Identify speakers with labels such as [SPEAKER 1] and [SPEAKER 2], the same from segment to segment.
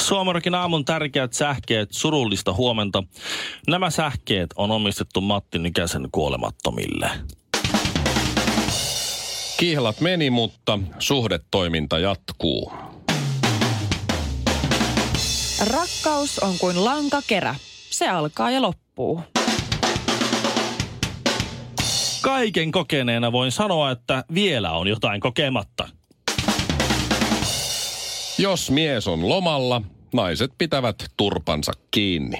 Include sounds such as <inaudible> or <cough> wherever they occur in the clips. [SPEAKER 1] Suomarokin aamun tärkeät sähkeet, surullista huomenta. Nämä sähkeet on omistettu Matti Nykäsen kuolemattomille.
[SPEAKER 2] Kihlat meni, mutta suhdetoiminta jatkuu.
[SPEAKER 3] Rakkaus on kuin lankakerä. Se alkaa ja loppuu.
[SPEAKER 1] Kaiken kokeneena voin sanoa, että vielä on jotain kokematta.
[SPEAKER 2] Jos mies on lomalla, naiset pitävät turpansa kiinni.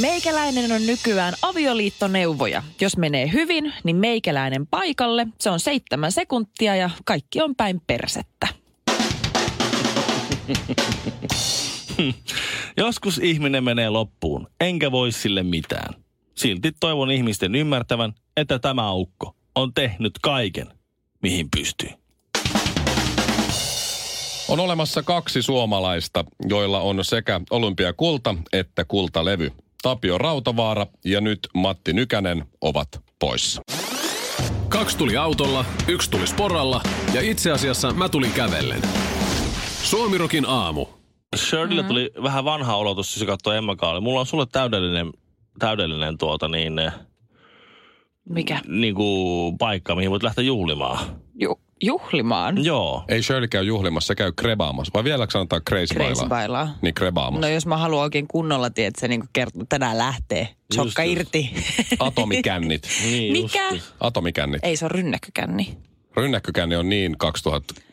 [SPEAKER 3] Meikäläinen on nykyään avioliittoneuvoja. Jos menee hyvin, niin meikäläinen paikalle. Se on seitsemän sekuntia ja kaikki on päin persettä.
[SPEAKER 1] Joskus ihminen menee loppuun, enkä voi sille mitään. Silti toivon ihmisten ymmärtävän, että tämä aukko on tehnyt kaiken, mihin pystyy.
[SPEAKER 2] On olemassa kaksi suomalaista, joilla on sekä olympiakulta että kultalevy. Tapio Rautavaara ja nyt Matti Nykänen ovat poissa.
[SPEAKER 4] Kaksi tuli autolla, yksi tuli sporalla ja itse asiassa mä tulin kävellen. Suomirokin aamu.
[SPEAKER 1] Shirleylle mm-hmm. tuli vähän vanha olo tuossa, se katsoi Emma Kaali. Mulla on sulle täydellinen, täydellinen tuota niin, eh,
[SPEAKER 3] Mikä?
[SPEAKER 1] niin kuin paikka, mihin voit lähteä juhlimaan.
[SPEAKER 3] Ju- juhlimaan?
[SPEAKER 1] Joo.
[SPEAKER 2] Ei Shirley käy juhlimassa, se käy krebaamassa. Vai vieläkö sanotaan crazy,
[SPEAKER 3] Crazy
[SPEAKER 2] bailaa?
[SPEAKER 3] bailaa.
[SPEAKER 2] Niin krebaamassa.
[SPEAKER 3] No jos mä haluan oikein kunnolla, tiedät, se niin kertoo, tänään lähtee. Sokka
[SPEAKER 1] just.
[SPEAKER 3] irti. <laughs>
[SPEAKER 2] Atomikännit.
[SPEAKER 1] Niin
[SPEAKER 3] Mikä?
[SPEAKER 1] justi.
[SPEAKER 2] Atomikännit.
[SPEAKER 3] No. Ei se on rynnäkkökänni.
[SPEAKER 2] Rynnäkkökänni on niin 2018.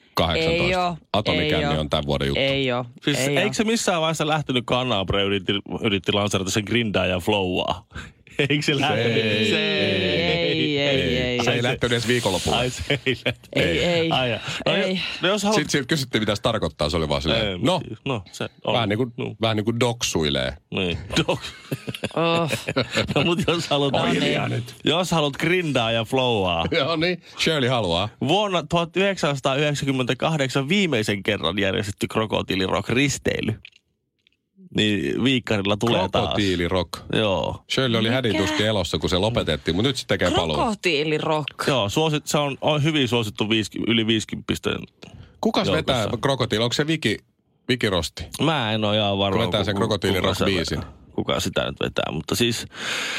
[SPEAKER 3] Ei oo,
[SPEAKER 2] Atomikänni
[SPEAKER 3] ei oo.
[SPEAKER 2] on tämän vuoden juttu.
[SPEAKER 3] Ei oo.
[SPEAKER 1] Siis
[SPEAKER 3] ei
[SPEAKER 1] ei
[SPEAKER 3] oo.
[SPEAKER 1] eikö se missään vaiheessa lähtenyt Kanabre yritti, yritti lanseerata sen grindaa ja flowaa? <laughs> Eikö se lähtenyt?
[SPEAKER 2] ei,
[SPEAKER 1] se ei,
[SPEAKER 3] ei, ei, ei.
[SPEAKER 2] Se ei lähtenyt edes viikonlopulla.
[SPEAKER 1] Ai se ei lähtenyt.
[SPEAKER 3] Ei, ei.
[SPEAKER 1] Ai, ja. no,
[SPEAKER 3] Ei.
[SPEAKER 1] Jos, no, jos haluat...
[SPEAKER 2] Sitten sieltä kysyttiin, mitä se tarkoittaa. Se oli vaan silleen, no,
[SPEAKER 1] no se on.
[SPEAKER 2] vähän niin kuin,
[SPEAKER 1] No,
[SPEAKER 2] vähän niin kuin doksuilee. <laughs>
[SPEAKER 1] niin. <laughs> No,
[SPEAKER 3] Oh.
[SPEAKER 1] no mut jos haluat...
[SPEAKER 3] No niin.
[SPEAKER 2] nyt.
[SPEAKER 1] Jos haluat grindaa ja flowaa.
[SPEAKER 2] Joo niin, Shirley haluaa.
[SPEAKER 1] Vuonna 1998 viimeisen kerran järjestetty Krokotiili Rock risteily. Niin viikkarilla tulee taas.
[SPEAKER 2] Krokotiili rock.
[SPEAKER 1] Joo.
[SPEAKER 2] Shirley oli
[SPEAKER 3] Mikä?
[SPEAKER 2] hädintuskin elossa, kun se lopetettiin, mutta nyt se tekee paluun.
[SPEAKER 3] Krokotiilirock.
[SPEAKER 1] Joo, suosit, se on, on hyvin suosittu viiski, yli 50
[SPEAKER 2] Kukas
[SPEAKER 1] Joo,
[SPEAKER 2] vetää
[SPEAKER 1] koska-
[SPEAKER 2] krokotiili? Onko se Viki, Viki Rosti?
[SPEAKER 1] Mä en ole ihan varma.
[SPEAKER 2] Vetää
[SPEAKER 1] ku-
[SPEAKER 2] sen
[SPEAKER 1] ku-
[SPEAKER 2] Krokotiili
[SPEAKER 1] kuka
[SPEAKER 2] Rock
[SPEAKER 1] se-
[SPEAKER 2] biisin.
[SPEAKER 1] Kuka sitä nyt vetää, mutta siis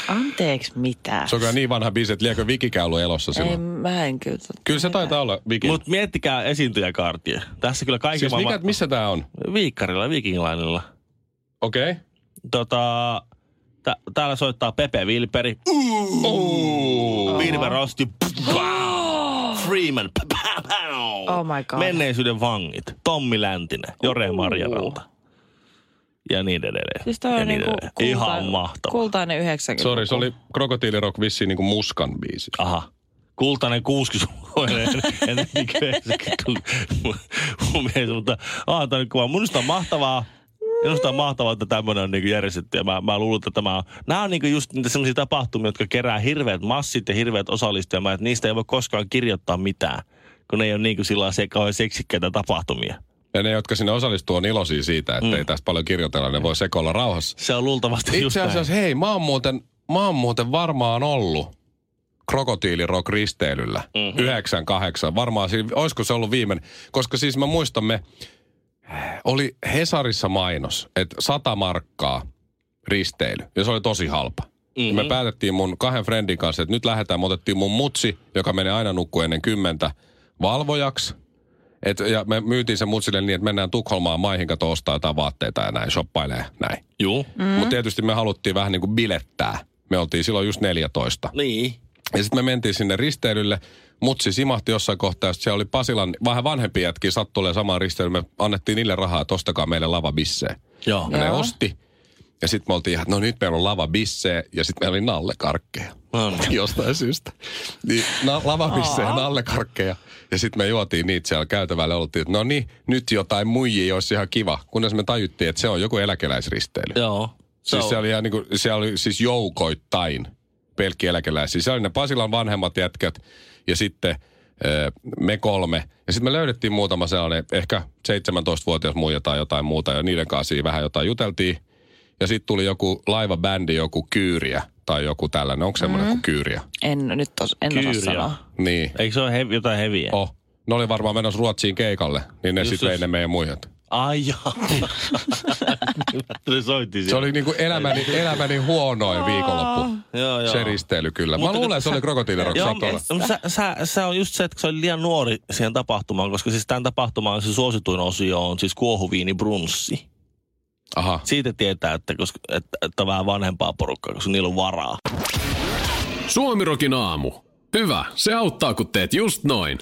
[SPEAKER 3] Anteeksi, mitä?
[SPEAKER 2] Se on kyllä niin vanha biisi, että liekö Vikikään ollut elossa
[SPEAKER 3] Ei,
[SPEAKER 2] silloin.
[SPEAKER 3] mä en kyllä. tot-
[SPEAKER 2] Kyllä se taitaa olla Viki.
[SPEAKER 1] Mut miettikää esiintyjäkaartia. Tässä kyllä kaiken
[SPEAKER 2] siis mikä,
[SPEAKER 1] maailman...
[SPEAKER 2] missä tää on?
[SPEAKER 1] Viikkarilla, viikingilainilla.
[SPEAKER 2] Okei. Okay.
[SPEAKER 1] Tota, tä, täällä soittaa Pepe Vilperi. Virve Rosti. Pow. Freeman. <laughs> P- p- pow.
[SPEAKER 3] Oh my God.
[SPEAKER 1] Menneisyyden vangit. Tommi Läntinen. Jore Marjaranta. Ja niin edelleen.
[SPEAKER 3] Siis toi
[SPEAKER 1] ja
[SPEAKER 3] on
[SPEAKER 1] niin
[SPEAKER 3] niinku
[SPEAKER 1] edelleen.
[SPEAKER 3] kulta-
[SPEAKER 1] Ihan mahtava.
[SPEAKER 3] Kultainen 90.
[SPEAKER 2] Sori, se oli Krokotiili Rock vissiin niinku muskan biisi.
[SPEAKER 1] Aha. Kultainen 60-vuotiainen ennen kuin 90-luvun mun mielestä, mutta aata nyt kuvaa. Minusta on mahtavaa, minusta on mahtavaa, että tämmöinen on niinku järjestetty ja mä, mä luulen, että tämä on, nämä on niinku just niitä semmoisia tapahtumia, jotka kerää hirveät massit ja hirveät osallistujamää, että niistä ei voi koskaan kirjoittaa mitään, kun ne ei ole niinku sillä se kauhean seksikkäitä tapahtumia.
[SPEAKER 2] Ja ne, jotka sinne osallistuu, on iloisia siitä, että mm. ei tästä paljon kirjoitella, ne voi sekoilla rauhassa.
[SPEAKER 1] Se on luultavasti just
[SPEAKER 2] Itse
[SPEAKER 1] näin.
[SPEAKER 2] asiassa, hei, mä oon muuten, mä oon muuten varmaan ollut krokotiilirock risteilyllä.
[SPEAKER 1] Mhm.
[SPEAKER 2] Mm-hmm. 98. Varmaan, siinä- olisiko se ollut viimeinen. Koska siis mä muistan, me äh, oli Hesarissa mainos, että 100 markkaa risteily. Ja se oli tosi halpa. Mm-hmm.
[SPEAKER 1] Mhm.
[SPEAKER 2] Me päätettiin mun kahden friendin kanssa, että nyt lähdetään. Me otettiin mun mutsi, joka menee aina nukkuu ennen kymmentä, valvojaksi. Et, ja me myytiin se mutsille niin, että mennään Tukholmaan maihin, kato ostaa jotain vaatteita ja näin, shoppailee näin.
[SPEAKER 1] Juu.
[SPEAKER 2] Mm. Mutta tietysti me haluttiin vähän niin kuin bilettää. Me oltiin silloin just 14.
[SPEAKER 1] Niin.
[SPEAKER 2] Ja sitten me mentiin sinne risteilylle. Mutsi simahti jossain kohtaa, että siellä oli Pasilan vähän vanhempi jätki sattulee samaan risteilyyn. Me annettiin niille rahaa, että ostakaa meille lavabisseen.
[SPEAKER 1] Joo.
[SPEAKER 2] Ja ne
[SPEAKER 3] Joo.
[SPEAKER 2] osti. Ja sitten me oltiin ihan, no nyt meillä on lava bisse ja sitten meillä oli nallekarkkeja.
[SPEAKER 1] Mm.
[SPEAKER 2] Jostain syystä. Niin, na, lava bisse ja nallekarkkeja. Ja sitten me juotiin niitä siellä käytävällä ja oltiin, että no niin, nyt jotain muijia olisi ihan kiva. Kunnes me tajuttiin, että se on joku eläkeläisristeily.
[SPEAKER 1] Joo.
[SPEAKER 2] Siis se oli ihan niinku, siellä oli siis joukoittain pelkki eläkeläisiä. Siellä oli ne Pasilan vanhemmat jätkät ja sitten ö, me kolme. Ja sitten me löydettiin muutama sellainen, ehkä 17-vuotias muija tai jotain muuta, ja niiden kanssa siinä vähän jotain juteltiin. Ja sitten tuli joku laivabändi, joku kyyriä tai joku tällainen. Onko semmoinen mm.
[SPEAKER 1] Mm-hmm.
[SPEAKER 2] kuin kyyriä?
[SPEAKER 3] En nyt tos, en osaa
[SPEAKER 1] Kyyriä.
[SPEAKER 3] sanoa.
[SPEAKER 2] Niin.
[SPEAKER 1] Eikö se ole hevi, jotain heviä?
[SPEAKER 2] Oh. Ne oli varmaan menossa Ruotsiin keikalle, niin ne
[SPEAKER 1] Just
[SPEAKER 2] sitten vei
[SPEAKER 1] jos-
[SPEAKER 2] ne meidän muijat.
[SPEAKER 1] Ai <laughs> jaa. se soitti
[SPEAKER 2] Se
[SPEAKER 1] siellä.
[SPEAKER 2] oli niinku elämäni, elämäni huonoin viikonloppu.
[SPEAKER 1] Joo, joo.
[SPEAKER 2] Se risteily kyllä. Mä
[SPEAKER 1] Mutta
[SPEAKER 2] luulen,
[SPEAKER 1] kun
[SPEAKER 2] että se
[SPEAKER 1] sä-
[SPEAKER 2] oli krokotiilirokki.
[SPEAKER 1] Joo, mutta sä, sä, sä, on just se, että se oli liian nuori siihen tapahtumaan, koska siis tämän tapahtumaan se suosituin osio on siis kuohuviini brunssi.
[SPEAKER 2] Aha.
[SPEAKER 1] Siitä tietää, että, koska, että, että on vähän vanhempaa porukkaa, koska niillä on varaa.
[SPEAKER 4] Suomirokin aamu. Hyvä, se auttaa kun teet just noin.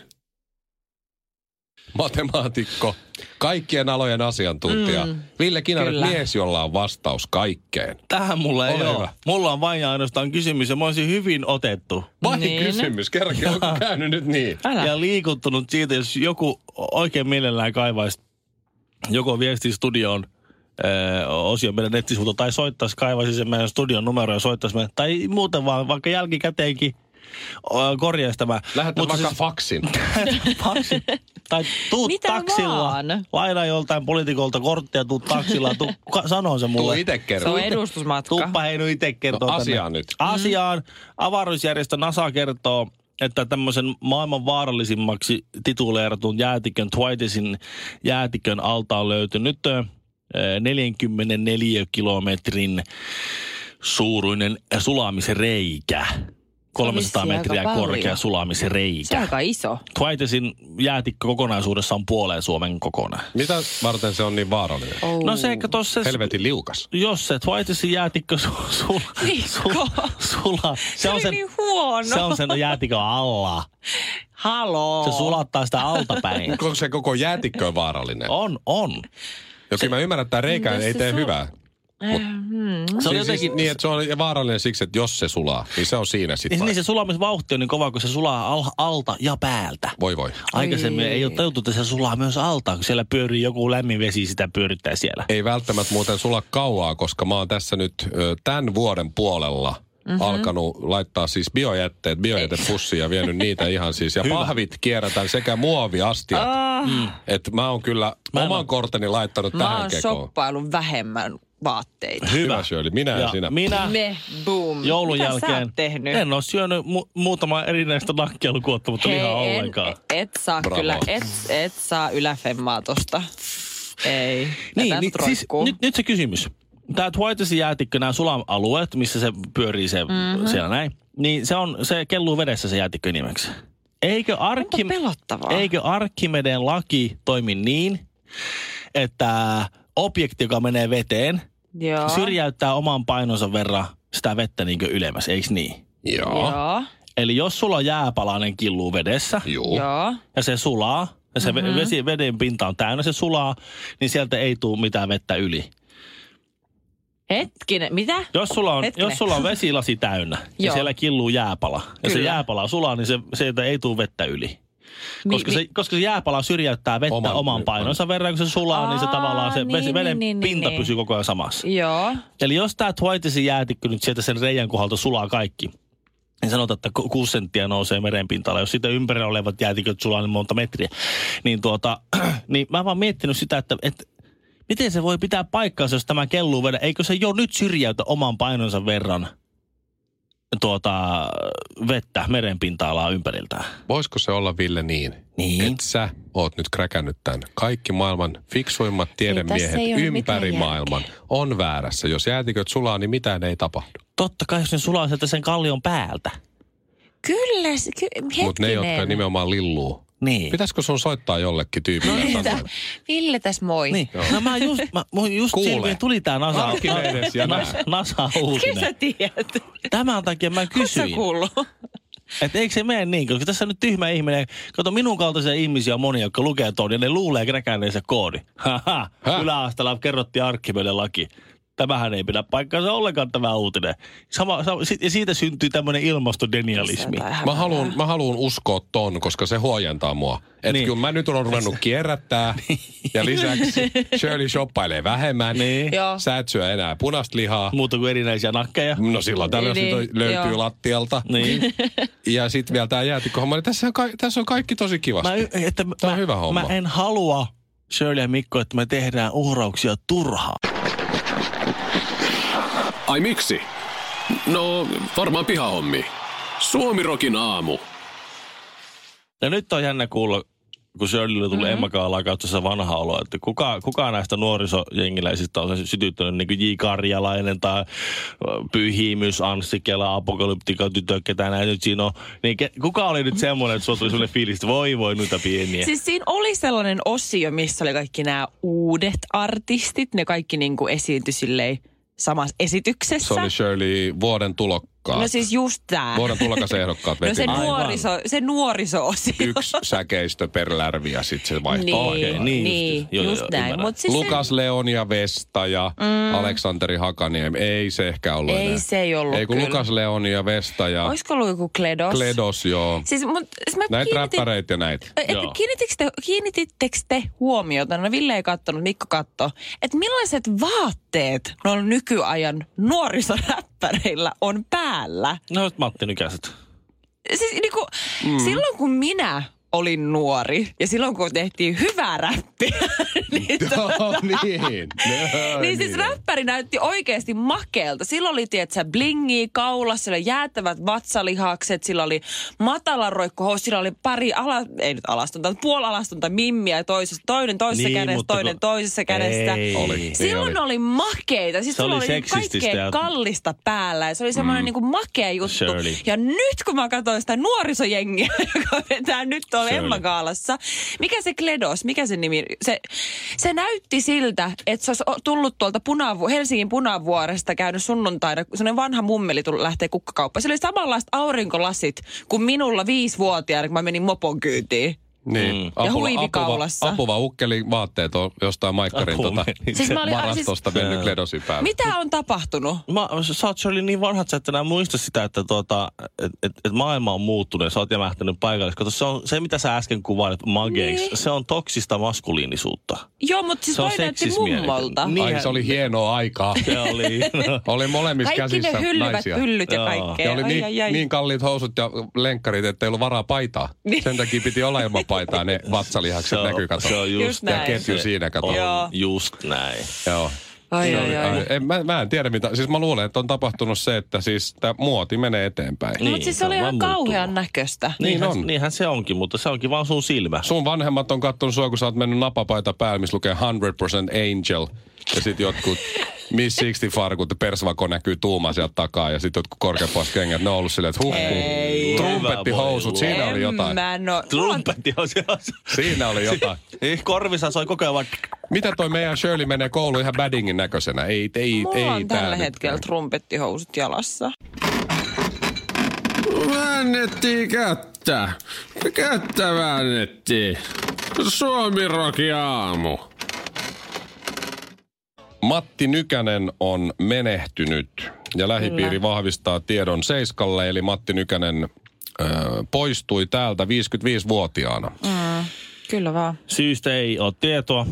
[SPEAKER 2] matemaatikko, kaikkien alojen asiantuntija. Mm, Ville Kinaret,
[SPEAKER 3] kyllä.
[SPEAKER 2] mies, jolla on vastaus kaikkeen.
[SPEAKER 1] Tähän mulla ei
[SPEAKER 2] Ole
[SPEAKER 1] ole.
[SPEAKER 2] hyvä.
[SPEAKER 1] Mulla on vain ja ainoastaan kysymys ja mä olisin hyvin otettu.
[SPEAKER 2] Vai
[SPEAKER 3] Niin.
[SPEAKER 2] niin. kysymys, kerrankin onko käynyt nyt niin?
[SPEAKER 3] Älä.
[SPEAKER 1] ja liikuttunut siitä, jos joku oikein mielellään kaivaisi joko viesti studioon ö, osio meidän nettisivuilta tai soittaisi, kaivaisi sen meidän studion numero ja soittaisi meidän, tai muuten vaan vaikka jälkikäteenkin ö, korjaisi tämä.
[SPEAKER 2] Lähetä
[SPEAKER 1] Mutta
[SPEAKER 2] vaikka faksin.
[SPEAKER 1] taksi, tai tuu
[SPEAKER 3] Mitä
[SPEAKER 1] taksilla,
[SPEAKER 3] vaan?
[SPEAKER 1] laina joltain poliitikolta korttia, tuu taksilla, tuu, ka, sanoo se
[SPEAKER 2] Tuu
[SPEAKER 1] mulle.
[SPEAKER 2] itse
[SPEAKER 3] Se on
[SPEAKER 2] kerran.
[SPEAKER 3] edustusmatka.
[SPEAKER 1] Tuuppa hei nyt itse kertoo.
[SPEAKER 2] No,
[SPEAKER 1] tänne.
[SPEAKER 2] asiaan nyt.
[SPEAKER 1] Asiaan. Avaruusjärjestö NASA kertoo, että tämmöisen maailman vaarallisimmaksi tituleeratun jäätikön, Twitesin jäätikön alta on löytynyt ö, 44 kilometrin suuruinen sulamisreikä. 300
[SPEAKER 3] Vissi aika
[SPEAKER 1] metriä
[SPEAKER 3] paljon.
[SPEAKER 1] korkea sulamisreikä.
[SPEAKER 3] Se on aika iso.
[SPEAKER 1] Twitesin jäätikkö kokonaisuudessa on puoleen Suomen kokoinen.
[SPEAKER 2] Mitä varten se on niin vaarallinen?
[SPEAKER 3] Oh.
[SPEAKER 1] No se, ehkä tuossa
[SPEAKER 2] Helvetin liukas.
[SPEAKER 1] jos se Twitesin jäätikkö su, su, su,
[SPEAKER 3] Mikko.
[SPEAKER 1] sulaa.
[SPEAKER 3] Niin, Se oli niin huono.
[SPEAKER 1] Se on sen jäätikön alla.
[SPEAKER 3] Haloo.
[SPEAKER 1] Se sulattaa sitä altapäin.
[SPEAKER 2] Onko se koko jäätikkö on vaarallinen?
[SPEAKER 1] on, on.
[SPEAKER 2] Ja kyllä mä ymmärrän, että tämä reikä
[SPEAKER 3] Mitäs
[SPEAKER 2] ei
[SPEAKER 3] se
[SPEAKER 2] tee
[SPEAKER 3] sul-
[SPEAKER 2] hyvää.
[SPEAKER 1] Se on
[SPEAKER 2] Siis, siis
[SPEAKER 1] jotenkin...
[SPEAKER 2] niin, että se on vaarallinen siksi, että jos se sulaa, niin se on siinä sitten.
[SPEAKER 1] Niin, niin se sulamisvauhti on niin kova, kun se sulaa al, alta ja päältä.
[SPEAKER 2] Voi voi.
[SPEAKER 1] Aikaisemmin ei ole tajuttu, että se sulaa myös alta, kun siellä pyörii joku lämmin vesi, sitä pyörittää siellä.
[SPEAKER 2] ei välttämättä muuten sulla kauaa, koska mä oon tässä nyt ö, tämän vuoden puolella
[SPEAKER 5] Mhm.
[SPEAKER 2] mm-hmm. alkanut laittaa siis biojätteet, biojätepussiin ja vienyt niitä ihan siis. Ja Hyvä. pahvit kierrätän sekä muoviastiat. Ah. Että mä oon kyllä mä
[SPEAKER 1] en
[SPEAKER 2] oman
[SPEAKER 1] oo-
[SPEAKER 2] korteni laittanut
[SPEAKER 3] Mä
[SPEAKER 2] tähän
[SPEAKER 3] oon
[SPEAKER 2] kekoon.
[SPEAKER 3] shoppaillut vähemmän
[SPEAKER 1] <laughs>
[SPEAKER 3] vaatteita.
[SPEAKER 2] Hyvä Shirley, minä ja,
[SPEAKER 1] Ja
[SPEAKER 2] sinä. Mi-
[SPEAKER 1] minä
[SPEAKER 3] Me, boom.
[SPEAKER 1] joulun
[SPEAKER 3] Mitä
[SPEAKER 1] jälkeen
[SPEAKER 3] Sä oot tehnyt?
[SPEAKER 1] en ole syönyt mu- muutama erinäistä nakkia lukuutta, mutta
[SPEAKER 3] Hei,
[SPEAKER 1] ihan
[SPEAKER 3] en-
[SPEAKER 1] ollenkaan.
[SPEAKER 3] Et saa
[SPEAKER 2] Bravo.
[SPEAKER 3] Bravo. kyllä, et, et saa yläfemmaa tosta. Ei. Tätä
[SPEAKER 1] niin, siis,
[SPEAKER 3] roikkuu.
[SPEAKER 1] nyt, nyt se kysymys. Tämä Twitesin jäätikkö, nämä sulam-alueet, missä se pyörii se,
[SPEAKER 3] Mhm.
[SPEAKER 1] mm-hmm. siellä näin, niin se, on, se kelluu vedessä se jäätikkö nimeksi. Eikö, Arkim,
[SPEAKER 3] pelottavaa.
[SPEAKER 1] eikö Arkimeden laki toimi niin, että objekti, joka menee veteen,
[SPEAKER 3] Joo.
[SPEAKER 1] syrjäyttää oman painonsa verran sitä vettä niin ylemmäs, eikö niin?
[SPEAKER 2] Joo.
[SPEAKER 3] Joo.
[SPEAKER 1] Eli jos sulla on jääpalainen killuu vedessä,
[SPEAKER 2] Juu.
[SPEAKER 3] Joo.
[SPEAKER 1] ja se sulaa, ja se
[SPEAKER 3] Mhm.
[SPEAKER 1] mm-hmm. vesi, veden pinta on täynnä, se sulaa, niin sieltä ei tule mitään vettä yli.
[SPEAKER 3] Hetkinen, mitä?
[SPEAKER 1] Jos sulla on,
[SPEAKER 3] Hetkinen.
[SPEAKER 1] jos sulla on vesilasi täynnä ja
[SPEAKER 3] Joo.
[SPEAKER 1] siellä killuu jääpala, ja se
[SPEAKER 3] Kyllä.
[SPEAKER 1] jääpala sulaa, niin se, sieltä ei tule vettä yli. Koska, se, koska se jääpala syrjäyttää vettä
[SPEAKER 2] Oman-
[SPEAKER 1] oman, oman painonsa verran, kun se sulaa, niin se
[SPEAKER 3] Aa,
[SPEAKER 1] tavallaan se
[SPEAKER 3] niin,
[SPEAKER 1] vesi,
[SPEAKER 3] niin,
[SPEAKER 1] veden
[SPEAKER 3] niin, niin,
[SPEAKER 1] pinta
[SPEAKER 3] niin.
[SPEAKER 1] pysyy koko ajan samassa.
[SPEAKER 3] Joo.
[SPEAKER 1] Eli jos tämä Twitesin jäätikkö nyt sieltä sen reijän kohdalta sulaa kaikki, niin sanotaan, että ku- kuusi senttiä nousee merenpintaan. Jos sitä ympärillä olevat jäätiköt sulaa niin monta metriä, niin, tuota, <clears throat> niin mä oon vaan miettinyt sitä, että, että miten se voi pitää paikkaansa, jos tämä kelluu vedä. Eikö se jo nyt syrjäytä oman painonsa verran tuota, vettä merenpinta-alaa ympäriltään?
[SPEAKER 2] Voisiko se olla, Ville, niin,
[SPEAKER 1] Niin.
[SPEAKER 2] että sä oot nyt kräkännyt tämän. Kaikki maailman fiksuimmat tiedemiehet
[SPEAKER 5] ei ole
[SPEAKER 2] ympäri
[SPEAKER 5] mitään
[SPEAKER 2] maailman on väärässä. Jos jäätiköt sulaa, niin mitään ei tapahdu.
[SPEAKER 1] Totta kai, jos ne sulaa sieltä sen kallion päältä.
[SPEAKER 5] Kyllä, se- ky- hetkinen.
[SPEAKER 2] Mutta ne, jotka nimenomaan lilluu,
[SPEAKER 1] Niin.
[SPEAKER 2] Pitäisikö sun soittaa jollekin
[SPEAKER 3] No,
[SPEAKER 2] tyypille?
[SPEAKER 3] niin,
[SPEAKER 2] ja sanoa, että
[SPEAKER 3] Ville tässä moi.
[SPEAKER 1] Niin. No mä just, mä, mun just
[SPEAKER 2] Kuule.
[SPEAKER 1] silmiin tuli tää NASA,
[SPEAKER 2] Arkinen edes ja
[SPEAKER 1] <laughs>
[SPEAKER 2] nää.
[SPEAKER 1] NASA, NASA uutinen.
[SPEAKER 3] Kyllä sä tiedät.
[SPEAKER 1] Tämän takia mä
[SPEAKER 3] Oot sä
[SPEAKER 1] kysyin,
[SPEAKER 3] kuullut?
[SPEAKER 1] että eikö se mene niin, koska tässä on nyt tyhmä ihminen. Kato, minun kaltaisia ihmisiä on monia, jotka lukee tuon ja ne luulee kräkäneensä koodi. Haha,
[SPEAKER 2] Häh?
[SPEAKER 1] yläasteella kerrottiin Arkkimeden laki. tämähän ei pidä paikkaansa ollenkaan tämä uutinen. Sama, sama, si- ja siitä syntyy tämmöinen ilmastodenialismi.
[SPEAKER 2] Mä haluun, mä haluun uskoa ton, koska se huojentaa mua. Että
[SPEAKER 1] Niin.
[SPEAKER 2] niin. kyllä mä nyt on ruvennut kierrättää
[SPEAKER 3] <laughs> Niin.
[SPEAKER 2] ja lisäksi Shirley shoppailee vähemmän.
[SPEAKER 1] Niin.
[SPEAKER 3] Joo.
[SPEAKER 2] Sä et syö enää punaista lihaa.
[SPEAKER 1] Muuta kuin erinäisiä nakkeja.
[SPEAKER 2] No silloin tällä
[SPEAKER 3] Niin,
[SPEAKER 2] niin,
[SPEAKER 3] niin,
[SPEAKER 2] löytyy
[SPEAKER 3] joo.
[SPEAKER 2] joo. lattialta.
[SPEAKER 3] <laughs>
[SPEAKER 1] Niin.
[SPEAKER 2] Ja sitten vielä tämä jäätikköhomma. Niin tässä, on ka- tässä on kaikki tosi kivasti.
[SPEAKER 1] Mä, y- että mä,
[SPEAKER 2] Tää on hyvä homma.
[SPEAKER 1] Mä en halua, Shirley ja Mikko, että me tehdään uhrauksia turhaan.
[SPEAKER 4] Ai miksi? No, varmaan pihahommi. Suomirokin aamu.
[SPEAKER 1] Ja nyt on jännä kuulla, kun Shirleylle tuli mm-hmm. Emma Kaalaa kautta se vanha olo, että kuka, kuka näistä nuorisojengiläisistä on se sytyttänyt, niin kuin J. Karjalainen tai ö, Pyhimys, Anssi Kela, Apokalyptika, tytö, ketä näin nyt siinä on. Niin ke, kuka oli nyt semmoinen, että sulla tuli semmoinen fiilis, että voi voi noita pieniä.
[SPEAKER 3] Siis siinä oli sellainen osio, missä oli kaikki nämä uudet artistit. Ne kaikki niinku esiintyi silleen samassa esityksessä.
[SPEAKER 2] Se oli Shirley vuoden tulokkaat.
[SPEAKER 3] No siis just tää.
[SPEAKER 2] Vuoden tulokasehdokkaat
[SPEAKER 3] No se
[SPEAKER 2] veti
[SPEAKER 1] Aivan.
[SPEAKER 3] nuoriso, se nuoriso-osio.
[SPEAKER 2] yksi säkeistö per lärvi ja sitten se vaihtoi.
[SPEAKER 3] Niin,
[SPEAKER 1] Okei,
[SPEAKER 3] niin,
[SPEAKER 1] niin
[SPEAKER 3] niin
[SPEAKER 1] justiinsa. Joo, joo,
[SPEAKER 3] just
[SPEAKER 1] joo,
[SPEAKER 3] näin.
[SPEAKER 1] ymmärrän.
[SPEAKER 3] Mut siis
[SPEAKER 2] Lukas Leon ja Vesta ja mm. Aleksanteri Hakaniemi. Ei se ehkä ollut
[SPEAKER 3] Ei
[SPEAKER 2] enää.
[SPEAKER 3] se ei ollut
[SPEAKER 2] Ei kun
[SPEAKER 3] kyllä.
[SPEAKER 2] Lukas Leon ja Vesta ja
[SPEAKER 3] Se, olisiko ollut joku Kledos?
[SPEAKER 2] Kledos, joo.
[SPEAKER 3] Siis, mut, siis mä
[SPEAKER 2] Näitä
[SPEAKER 3] kiinnitin,
[SPEAKER 2] räppäreitä ja näitä. <laughs>
[SPEAKER 3] että
[SPEAKER 1] Joo.
[SPEAKER 3] kiinnitittekö te, kiinnitittekö te huomiota, no Ville ei kattonut, Mikko katto, että millaiset vaatteet noilla nykyajan nuorisoräppäreillä on päällä?
[SPEAKER 1] No just Matti Nykäset.
[SPEAKER 3] Siis niinku, mm. silloin kun minä olin nuori ja silloin kun tehtiin hyvää räppiä, <laughs> niin,
[SPEAKER 2] Joo, niin. No,
[SPEAKER 3] <laughs> niin siis räppäri näytti oikeasti makeelta. Sillä oli, tietsä, blingi kaulassa, sillä oli jäätävät vatsalihakset, sillä oli matala roikko sillä oli pari ala, ei nyt alastonta, mutta puolialastonta mimmiä toisessa, toinen toisessa niin,
[SPEAKER 1] Niin,
[SPEAKER 3] kädessä,
[SPEAKER 1] mutta
[SPEAKER 3] toinen
[SPEAKER 1] kun-
[SPEAKER 3] toisessa kädessä.
[SPEAKER 1] Ei.
[SPEAKER 2] Oli.
[SPEAKER 3] Silloin
[SPEAKER 2] Niin
[SPEAKER 3] oli. oli makeita, siis
[SPEAKER 1] Se
[SPEAKER 3] sulla
[SPEAKER 1] oli
[SPEAKER 3] oli, niinku
[SPEAKER 1] seksististä
[SPEAKER 3] kaikkea
[SPEAKER 1] ja- Mm.
[SPEAKER 3] kallista päällä ja se oli semmoinen niinku makea juttu.
[SPEAKER 1] Shirley.
[SPEAKER 3] Ja nyt kun mä katsoin sitä nuorisojengiä, <laughs> joka vetää nyt tuolla
[SPEAKER 1] Shirley.
[SPEAKER 3] Emma Kaalassa, mikä se Kledos, mikä se nimi, se, se näytti siltä, että se olisi o- tullut tuolta punavu, Helsingin punavuoresta käynyt sunnuntaina, kun semmoinen vanha mummeli tuli, lähtee kukkakauppaan. Se oli samanlaiset aurinkolasit kuin minulla viisivuotiaana, kun mä menin mopon kyytiin.
[SPEAKER 2] Niin.
[SPEAKER 3] huivi
[SPEAKER 2] apuva,
[SPEAKER 3] kaulassa.
[SPEAKER 2] apuva ukkeli vaatteet on jostain maikkarin
[SPEAKER 1] Apua,
[SPEAKER 2] tota,
[SPEAKER 1] meni
[SPEAKER 3] Siis
[SPEAKER 1] se.
[SPEAKER 3] mä olin-
[SPEAKER 2] varastosta
[SPEAKER 1] siis-
[SPEAKER 2] mennyt kledosin päälle.
[SPEAKER 3] Mitä on tapahtunut?
[SPEAKER 1] Mä, sä oot Shirley niin vanha, että sä et enää muista sitä, että tuota, et, et, et maailma on muuttunut ja sä oot jämähtänyt paikallis. Kato, se, on, se mitä sä äsken kuvailit mageiksi,
[SPEAKER 3] Niin.
[SPEAKER 1] se on toksista maskuliinisuutta.
[SPEAKER 3] Joo, mutta siis
[SPEAKER 1] Se on
[SPEAKER 3] toi näytti
[SPEAKER 1] seksismielinen.
[SPEAKER 3] mummolta.
[SPEAKER 1] Niin.
[SPEAKER 2] Ai, se oli hienoa
[SPEAKER 3] <laughs>
[SPEAKER 2] aikaa.
[SPEAKER 1] Se <laughs> oli. No.
[SPEAKER 2] Oli molemmissa
[SPEAKER 3] Kaikki
[SPEAKER 2] käsissä
[SPEAKER 3] ne hyllyvät
[SPEAKER 2] naisia.
[SPEAKER 3] hyllyt ja
[SPEAKER 1] Joo.
[SPEAKER 3] kaikkea.
[SPEAKER 2] Ja oli niin, niin kalliit housut ja lenkkarit, että ei ollut varaa paitaa. Sen takia piti olla ilman paitaa, ne
[SPEAKER 1] Se
[SPEAKER 2] vatsalihakset
[SPEAKER 1] on-
[SPEAKER 2] näkyy kato.
[SPEAKER 1] Se on
[SPEAKER 3] Just
[SPEAKER 1] just
[SPEAKER 3] näin.
[SPEAKER 1] näin.
[SPEAKER 3] Ja
[SPEAKER 2] ketju siinä, kato.
[SPEAKER 3] Joo.
[SPEAKER 1] On just näin.
[SPEAKER 2] Joo.
[SPEAKER 3] Ai,
[SPEAKER 2] Se
[SPEAKER 3] ai,
[SPEAKER 2] oli-
[SPEAKER 3] ai.
[SPEAKER 2] ai, en, mä, mä en tiedä mitä, siis mä luulen, että on tapahtunut se, että siis tämä muoti menee eteenpäin.
[SPEAKER 3] Niin, mutta siis se oli
[SPEAKER 1] on
[SPEAKER 3] ihan
[SPEAKER 1] vaan muuttunut.
[SPEAKER 3] kauhean näköistä.
[SPEAKER 1] Niinhän,
[SPEAKER 2] on.
[SPEAKER 1] niinhän se onkin, mutta se onkin vaan sun silmä.
[SPEAKER 2] Sun vanhemmat on kattonut sua, kun sä oot mennyt napapaita päälle, missä lukee 100% angel. Ja sit jotkut Miss 60 farkut ja persvako näkyy tuuma sieltä takaa. Ja sit jotkut korkeapuoliset kengät, ne on ollut silleen, että huh,
[SPEAKER 3] Ei.
[SPEAKER 2] trumpettihousut,
[SPEAKER 1] Hyvä voi
[SPEAKER 2] siinä oli jotain.
[SPEAKER 3] Mä no- en oo...
[SPEAKER 1] Trumpetti on se asia.
[SPEAKER 2] Siinä oli jotain.
[SPEAKER 1] Niin, Korvissa soi koko ajan vaan...
[SPEAKER 2] Mitä toi meidän Shirley menee kouluun ihan baddingin näköisenä? Ei, ei,
[SPEAKER 3] Mulla
[SPEAKER 2] ei
[SPEAKER 3] on
[SPEAKER 2] tää
[SPEAKER 3] tällä
[SPEAKER 2] nyt.
[SPEAKER 3] hetkellä trumpettihousut jalassa.
[SPEAKER 4] Väännettiin kättä. Kättä väännettiin. Suomirokin aamu.
[SPEAKER 2] Matti Nykänen on menehtynyt ja lähipiiri vahvistaa tiedon Seiskalle, eli Matti Nykänen ö, poistui täältä 55-vuotiaana.
[SPEAKER 3] Kyllä vaan.
[SPEAKER 1] Syystä ei ole tietoa.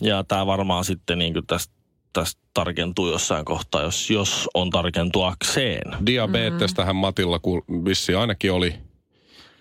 [SPEAKER 1] Ja tämä varmaan sitten niin tästä tästä tarkentuu jossain kohtaa, jos, jos on tarkentuakseen.
[SPEAKER 2] Diabetesta
[SPEAKER 3] Mm.
[SPEAKER 2] hän Matilla ku- vissi ainakin oli,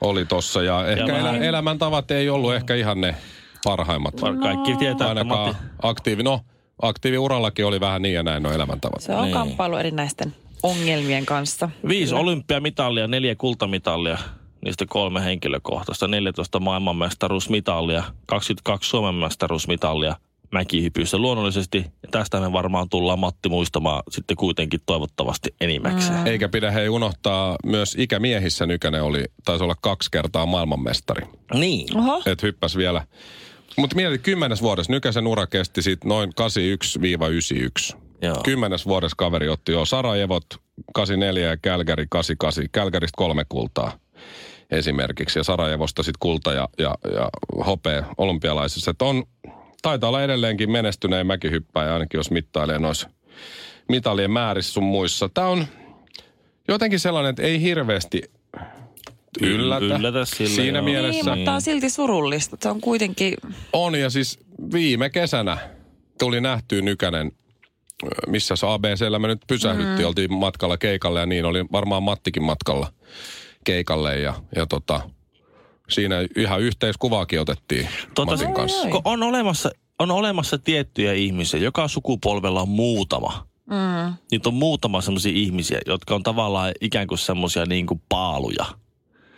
[SPEAKER 2] oli tossa ja ehkä
[SPEAKER 1] mä-
[SPEAKER 2] elä, elämäntavat ei ollut ehkä ihan ne parhaimmat.
[SPEAKER 1] No. Kaikki tietää, että
[SPEAKER 2] Ainakaan
[SPEAKER 1] Matti,
[SPEAKER 2] aktiivi, no aktiiviurallakin oli vähän niin ja näin no elämäntavat.
[SPEAKER 3] Se on niin. kamppailu erinäisten ongelmien kanssa.
[SPEAKER 1] Viisi olympiamitalia, neljä kultamitalia, niistä kolme henkilökohtaista, 14 maailmanmestaruusmitalia, 22 Suomen mestaruusmitalia mäkihypyssä luonnollisesti. Ja tästä me varmaan tullaan Matti muistamaan sitten kuitenkin toivottavasti enimmäkseen.
[SPEAKER 2] Eikä pidä hei unohtaa, myös ikämiehissä Nykänen oli, taisi olla kaksi kertaa maailmanmestari.
[SPEAKER 1] Mm. Niin.
[SPEAKER 3] Oho,
[SPEAKER 2] Että hyppäs vielä. Mutta mietit, kymmenes vuodessa Nykäsen ura kesti sit noin 81-91.
[SPEAKER 1] Joo.
[SPEAKER 2] Kymmenes vuodessa kaveri otti jo Sarajevot 84 ja Kälkäri 88. Kälkäristä kolme kultaa esimerkiksi ja Sarajevosta sitten kulta ja, ja, ja hopea olympialaisissa. Et on, taitaa olla edelleenkin menestyneen mäkihyppäjä ainakin jos mittailee noissa mitalien määrissä sun muissa. Tämä on jotenkin sellainen, että ei hirveästi yllätä.
[SPEAKER 1] Yllätä sillä,
[SPEAKER 2] Siinä
[SPEAKER 1] joo.
[SPEAKER 3] Niin,
[SPEAKER 2] mielessä
[SPEAKER 3] mutta tämä on silti surullista. Se on kuitenkin...
[SPEAKER 2] on. Ja siis viime kesänä tuli nähtyä Nykänen, ö, missä se ABCllä me nyt pysähdyttiin. Mm. Oltiin matkalla keikalle ja niin. Oli varmaan Mattikin matkalla keikalle ja, ja tota, siinä ihan yhteiskuvaakin otettiin
[SPEAKER 1] Tota,
[SPEAKER 2] Matin kanssa.
[SPEAKER 1] kun on, olemassa, on olemassa tiettyjä ihmisiä, joka sukupolvella on muutama. Mm. Niitä on muutama semmoisia ihmisiä, jotka on tavallaan ikään kuin semmoisia niin kuin paaluja.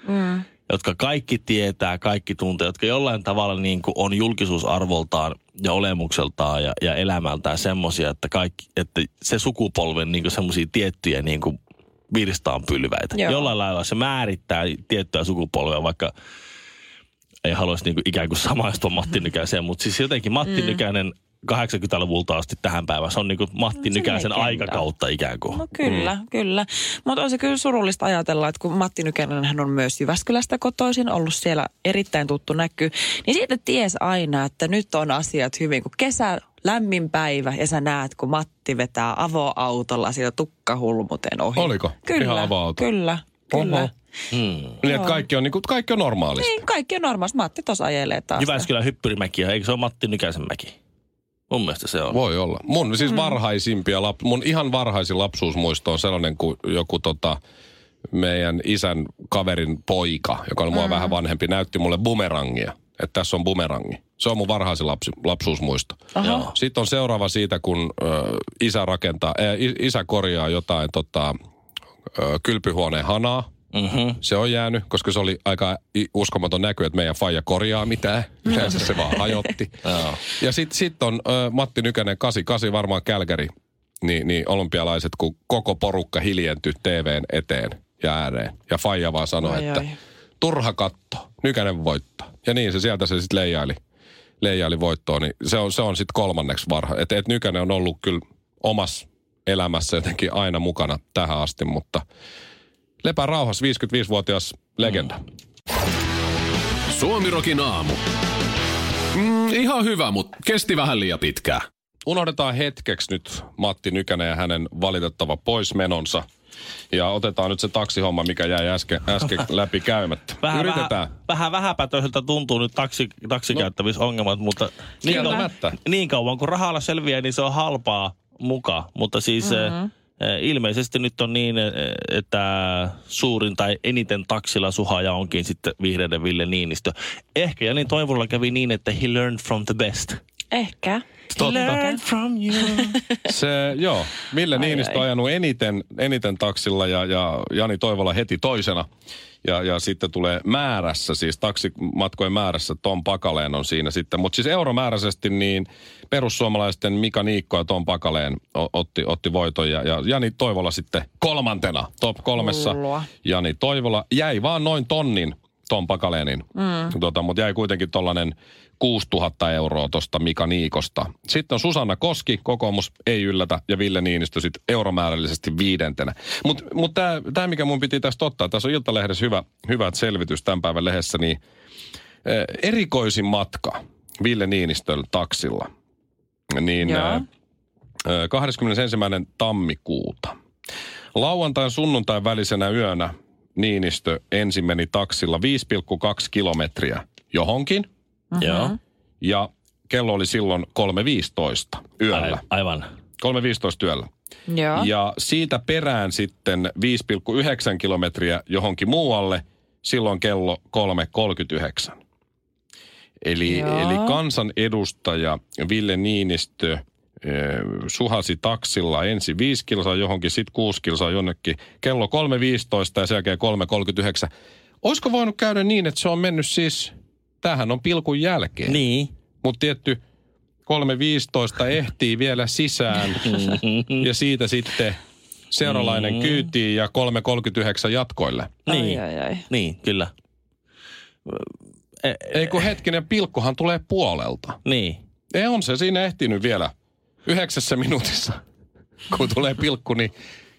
[SPEAKER 1] Mm. Jotka kaikki tietää, kaikki tuntee, jotka jollain tavalla niin kuin on julkisuusarvoltaan ja olemukseltaan ja, ja elämältään semmoisia, että, kaikki, että se sukupolven niin semmoisia tiettyjä niin kuin virstaanpylväitä.
[SPEAKER 3] Joo.
[SPEAKER 1] Jollain lailla se määrittää tiettyä sukupolvea, vaikka ei haluaisi niinku ikään kuin samaistua
[SPEAKER 3] Mm-hmm.
[SPEAKER 1] Matti Nykäiseen, mutta siis jotenkin Matti mm. Nykäinen 80-luvulta asti tähän päivään, se on niinku Matti no,
[SPEAKER 3] No, se
[SPEAKER 1] Nykäisen
[SPEAKER 3] legenda.
[SPEAKER 1] aikakautta ikään kuin.
[SPEAKER 3] No kyllä, mm. kyllä. Mutta on se kyllä surullista ajatella, että kun Matti Nykänen hän on myös Jyväskylästä kotoisin, ollut siellä erittäin tuttu näky, niin siitä ties aina, että nyt on asiat hyvin, kun kesä lämmin päivä ja sä näet, kun Matti vetää avoautolla siitä tukkahulmuten ohi.
[SPEAKER 2] Oliko?
[SPEAKER 3] Kyllä,
[SPEAKER 2] Ihan avoauto.
[SPEAKER 3] kyllä, kyllä.
[SPEAKER 2] Oho.
[SPEAKER 1] Mm.
[SPEAKER 2] Niin, että kaikki on, niin kuin, kaikki on normaalista.
[SPEAKER 3] Niin, kaikki on normaalisti. Matti tuossa ajelee taas.
[SPEAKER 1] Jyväskylän hyppyrimäki, eikö se ole Matti Nykäisen mäki? Mun mielestä se on.
[SPEAKER 2] Voi olla. Mun siis varhaisimpia, lap, mun ihan varhaisin lapsuusmuisto on sellainen kuin joku tota, meidän isän kaverin poika, joka oli mua mm. vähän vanhempi, näytti mulle bumerangia. Että tässä on bumerangi. Se on mun varhaisin lapsi, lapsuusmuisto.
[SPEAKER 3] Aha.
[SPEAKER 2] Sitten on seuraava siitä, kun ö, isä rakentaa, ä, isä korjaa jotain tota, ö, kylpyhuoneen hanaa.
[SPEAKER 1] Mm-hmm.
[SPEAKER 2] Se on jäänyt, koska se oli aika i- uskomaton näky, että meidän faija korjaa
[SPEAKER 3] <laughs>
[SPEAKER 2] mitään. Yleensä se vaan hajotti. ja sitten sit on ö, Matti Nykänen, 88 varmaan Kälkäri, niin, niin olympialaiset, kun koko porukka hiljentyi TVn eteen ja ääreen. Ja faija vaan sanoi,
[SPEAKER 3] Ai,
[SPEAKER 2] että
[SPEAKER 3] ai.
[SPEAKER 2] turha katto, Nykänen voittaa. Ja niin se sieltä se sitten leijaili, leijaili voittoon. Niin se on, se on sitten kolmanneksi varha. Että et Nykänen on ollut kyllä omassa elämässä jotenkin aina mukana tähän asti, mutta lepää rauhassa 55-vuotias legenda.
[SPEAKER 4] Suomirokin aamu. Mm, ihan hyvä, mutta kesti vähän liian pitkään.
[SPEAKER 2] Unohdetaan hetkeksi nyt Matti Nykänen ja hänen valitettava poismenonsa. Ja otetaan nyt se taksihomma, mikä jäi äsken, äsken
[SPEAKER 1] <laughs>
[SPEAKER 2] läpi käymättä.
[SPEAKER 1] Vähän,
[SPEAKER 2] Yritetään.
[SPEAKER 1] vähän, vähän vähäpätöiseltä tuntuu nyt taksi, taksikäyttävissä ongelmat, mutta niin, kauan,
[SPEAKER 2] Kieltämättä.
[SPEAKER 1] niin kauan kun rahalla selviää, niin se on halpaa muka. Mutta siis mm-hmm. ilmeisesti nyt on niin, eh, että suurin tai eniten taksilla suhaaja onkin sitten vihreiden Ville Niinistö. Ehkä Jani Toivolla kävi niin, että he learned from the best.
[SPEAKER 3] Ehkä.
[SPEAKER 1] Learn from you.
[SPEAKER 2] Se, joo. Ville Niinistö on ajanut eniten, eniten taksilla ja, ja Jani Toivola heti toisena. Ja, ja sitten tulee määrässä, siis taksimatkojen määrässä Tom Pakaleen on siinä sitten. Mutta siis euromääräisesti niin perussuomalaisten Mika Niikko ja Tom Pakaleen o- otti, otti voiton. Ja, ja Jani Toivola sitten kolmantena top kolmessa.
[SPEAKER 3] Hullua.
[SPEAKER 2] Jani Toivola jäi vaan noin tonnin Tom Pakaleenin, mm. tota, mutta jäi kuitenkin tuollainen 6000 euroa tuosta Mika Niikosta. Sitten on Susanna Koski, kokoomus ei yllätä, ja Ville Niinistö sitten euromäärällisesti viidentenä. Mutta mut, mut tämä, mikä mun piti tästä ottaa, tässä on Iltalehdessä hyvä, hyvä selvitys tämän päivän lehdessä, niin eh, erikoisin matka Ville Niinistön taksilla, niin
[SPEAKER 3] Joo.
[SPEAKER 2] eh, Ö, 21. tammikuuta. Lauantain sunnuntain välisenä yönä Niinistö ensin meni taksilla 5,2 kilometriä johonkin
[SPEAKER 1] <laughs> Joo,
[SPEAKER 2] ja kello oli silloin 3.15 yöllä.
[SPEAKER 1] aivan. aivan.
[SPEAKER 2] 3.15 yöllä.
[SPEAKER 3] Joo.
[SPEAKER 2] Ja siitä perään sitten 5,9 kilometriä johonkin muualle, silloin kello 3.39. Eli,
[SPEAKER 3] Joo.
[SPEAKER 2] eli kansanedustaja Ville Niinistö eh, suhasi taksilla ensin 5 kilsaa johonkin, sitten 6 kilsaa jonnekin. Kello 3.15 ja sen jälkeen 3.39. Olisiko voinut käydä niin, että se on mennyt siis, tämähän on pilkun jälkeen.
[SPEAKER 1] Niin.
[SPEAKER 2] Mutta tietty 3.15 ehtii vielä sisään
[SPEAKER 1] Mm-hmm.
[SPEAKER 2] ja siitä sitten seuralainen mm. kyytiin ja 3.39 jatkoille.
[SPEAKER 1] Niin.
[SPEAKER 3] Ai, ai, ai.
[SPEAKER 1] Niin, kyllä. Eh,
[SPEAKER 2] Ei kun hetkinen, pilkkuhan tulee puolelta.
[SPEAKER 1] Niin.
[SPEAKER 2] Ei on se siinä ehtinyt vielä yhdeksässä minuutissa, kun tulee pilkku, niin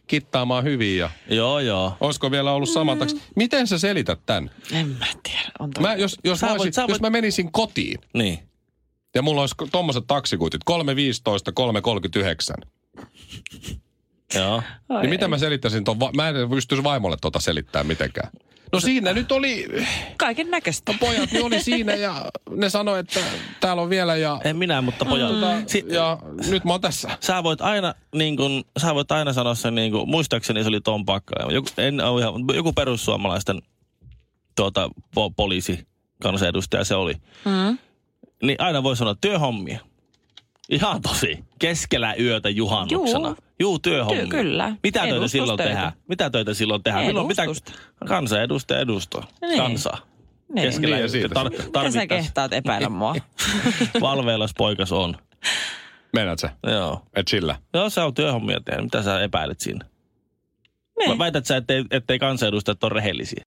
[SPEAKER 2] kittaamaan hyvin ja
[SPEAKER 1] Joo, joo.
[SPEAKER 2] olisiko vielä ollut sama
[SPEAKER 1] Mm.
[SPEAKER 2] taksi. Miten sä selität tämän?
[SPEAKER 3] En mä tiedä. On toi-
[SPEAKER 2] Mä, jos, jos,
[SPEAKER 1] Sä
[SPEAKER 2] mä
[SPEAKER 1] voit-
[SPEAKER 2] olisin,
[SPEAKER 1] sä voit-
[SPEAKER 2] jos mä menisin kotiin
[SPEAKER 1] Niin.
[SPEAKER 2] ja mulla olisi tommoset taksikuitit, 3.15, 3.39.
[SPEAKER 1] Joo.
[SPEAKER 3] Oi
[SPEAKER 2] Niin mitä mä selittäisin ton? Va- mä en pystyisi vaimolle tota selittämään mitenkään. No siinä nyt oli,
[SPEAKER 3] Kaiken näköistä.
[SPEAKER 2] pojat niin oli siinä ja ne sanoi, että täällä on vielä ja, tota,
[SPEAKER 1] En minä, mutta pojat.
[SPEAKER 3] Mm.
[SPEAKER 1] Si-
[SPEAKER 2] ja nyt mä oon tässä.
[SPEAKER 1] sä voit aina, niin kun, sä voit aina sanoa sen, niin kun, muistaakseni se oli Tom Pakka, joku, en ole ihan, mutta joku perussuomalaisten tuota, po, poliisi kansanedustaja se oli. Mm. Niin aina voi sanoa työhommia. Ihan tosi. Keskellä yötä juhannuksena. Juu,
[SPEAKER 3] Juu.
[SPEAKER 1] Juu työhommia.
[SPEAKER 3] Työ- kyllä.
[SPEAKER 1] Mitä töitä silloin
[SPEAKER 3] Edustustöitä.
[SPEAKER 1] tehdään? Mitä töitä silloin tehdään? Milloin mitä
[SPEAKER 3] Edustusta.
[SPEAKER 1] kansanedustaja edustaa?
[SPEAKER 3] Niin.
[SPEAKER 1] Kansaa.
[SPEAKER 3] Niin.
[SPEAKER 1] Keskellä
[SPEAKER 2] Niin, ja siitä
[SPEAKER 1] yötä. Tar-
[SPEAKER 3] Mitä sä
[SPEAKER 1] tarvittaessa.
[SPEAKER 3] kehtaat epäillä mua?
[SPEAKER 2] <laughs>
[SPEAKER 1] Valveilas poikas on.
[SPEAKER 2] Mennät sä?
[SPEAKER 1] Joo.
[SPEAKER 2] Et sillä.
[SPEAKER 1] Joo, sä oot työhommia tehnyt. Mitä sä epäilet siinä?
[SPEAKER 3] Niin.
[SPEAKER 1] Mä väität sä, ettei, ettei kansanedustajat ole rehellisiä.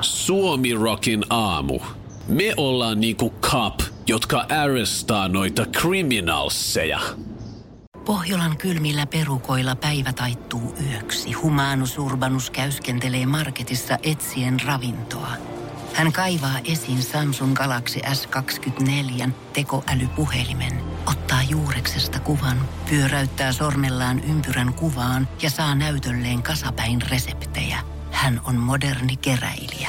[SPEAKER 4] Suomi Rockin aamu. Me ollaan niinku cup, jotka arrestaa noita criminalseja.
[SPEAKER 6] Pohjolan kylmillä perukoilla päivä taittuu yöksi. Humanus Urbanus käyskentelee marketissa etsien ravintoa. Hän kaivaa esiin Samsung Galaxy S24 tekoälypuhelimen, ottaa juureksesta kuvan, pyöräyttää sormellaan ympyrän kuvaan ja saa näytölleen kasapäin reseptejä. Hän on moderni keräilijä.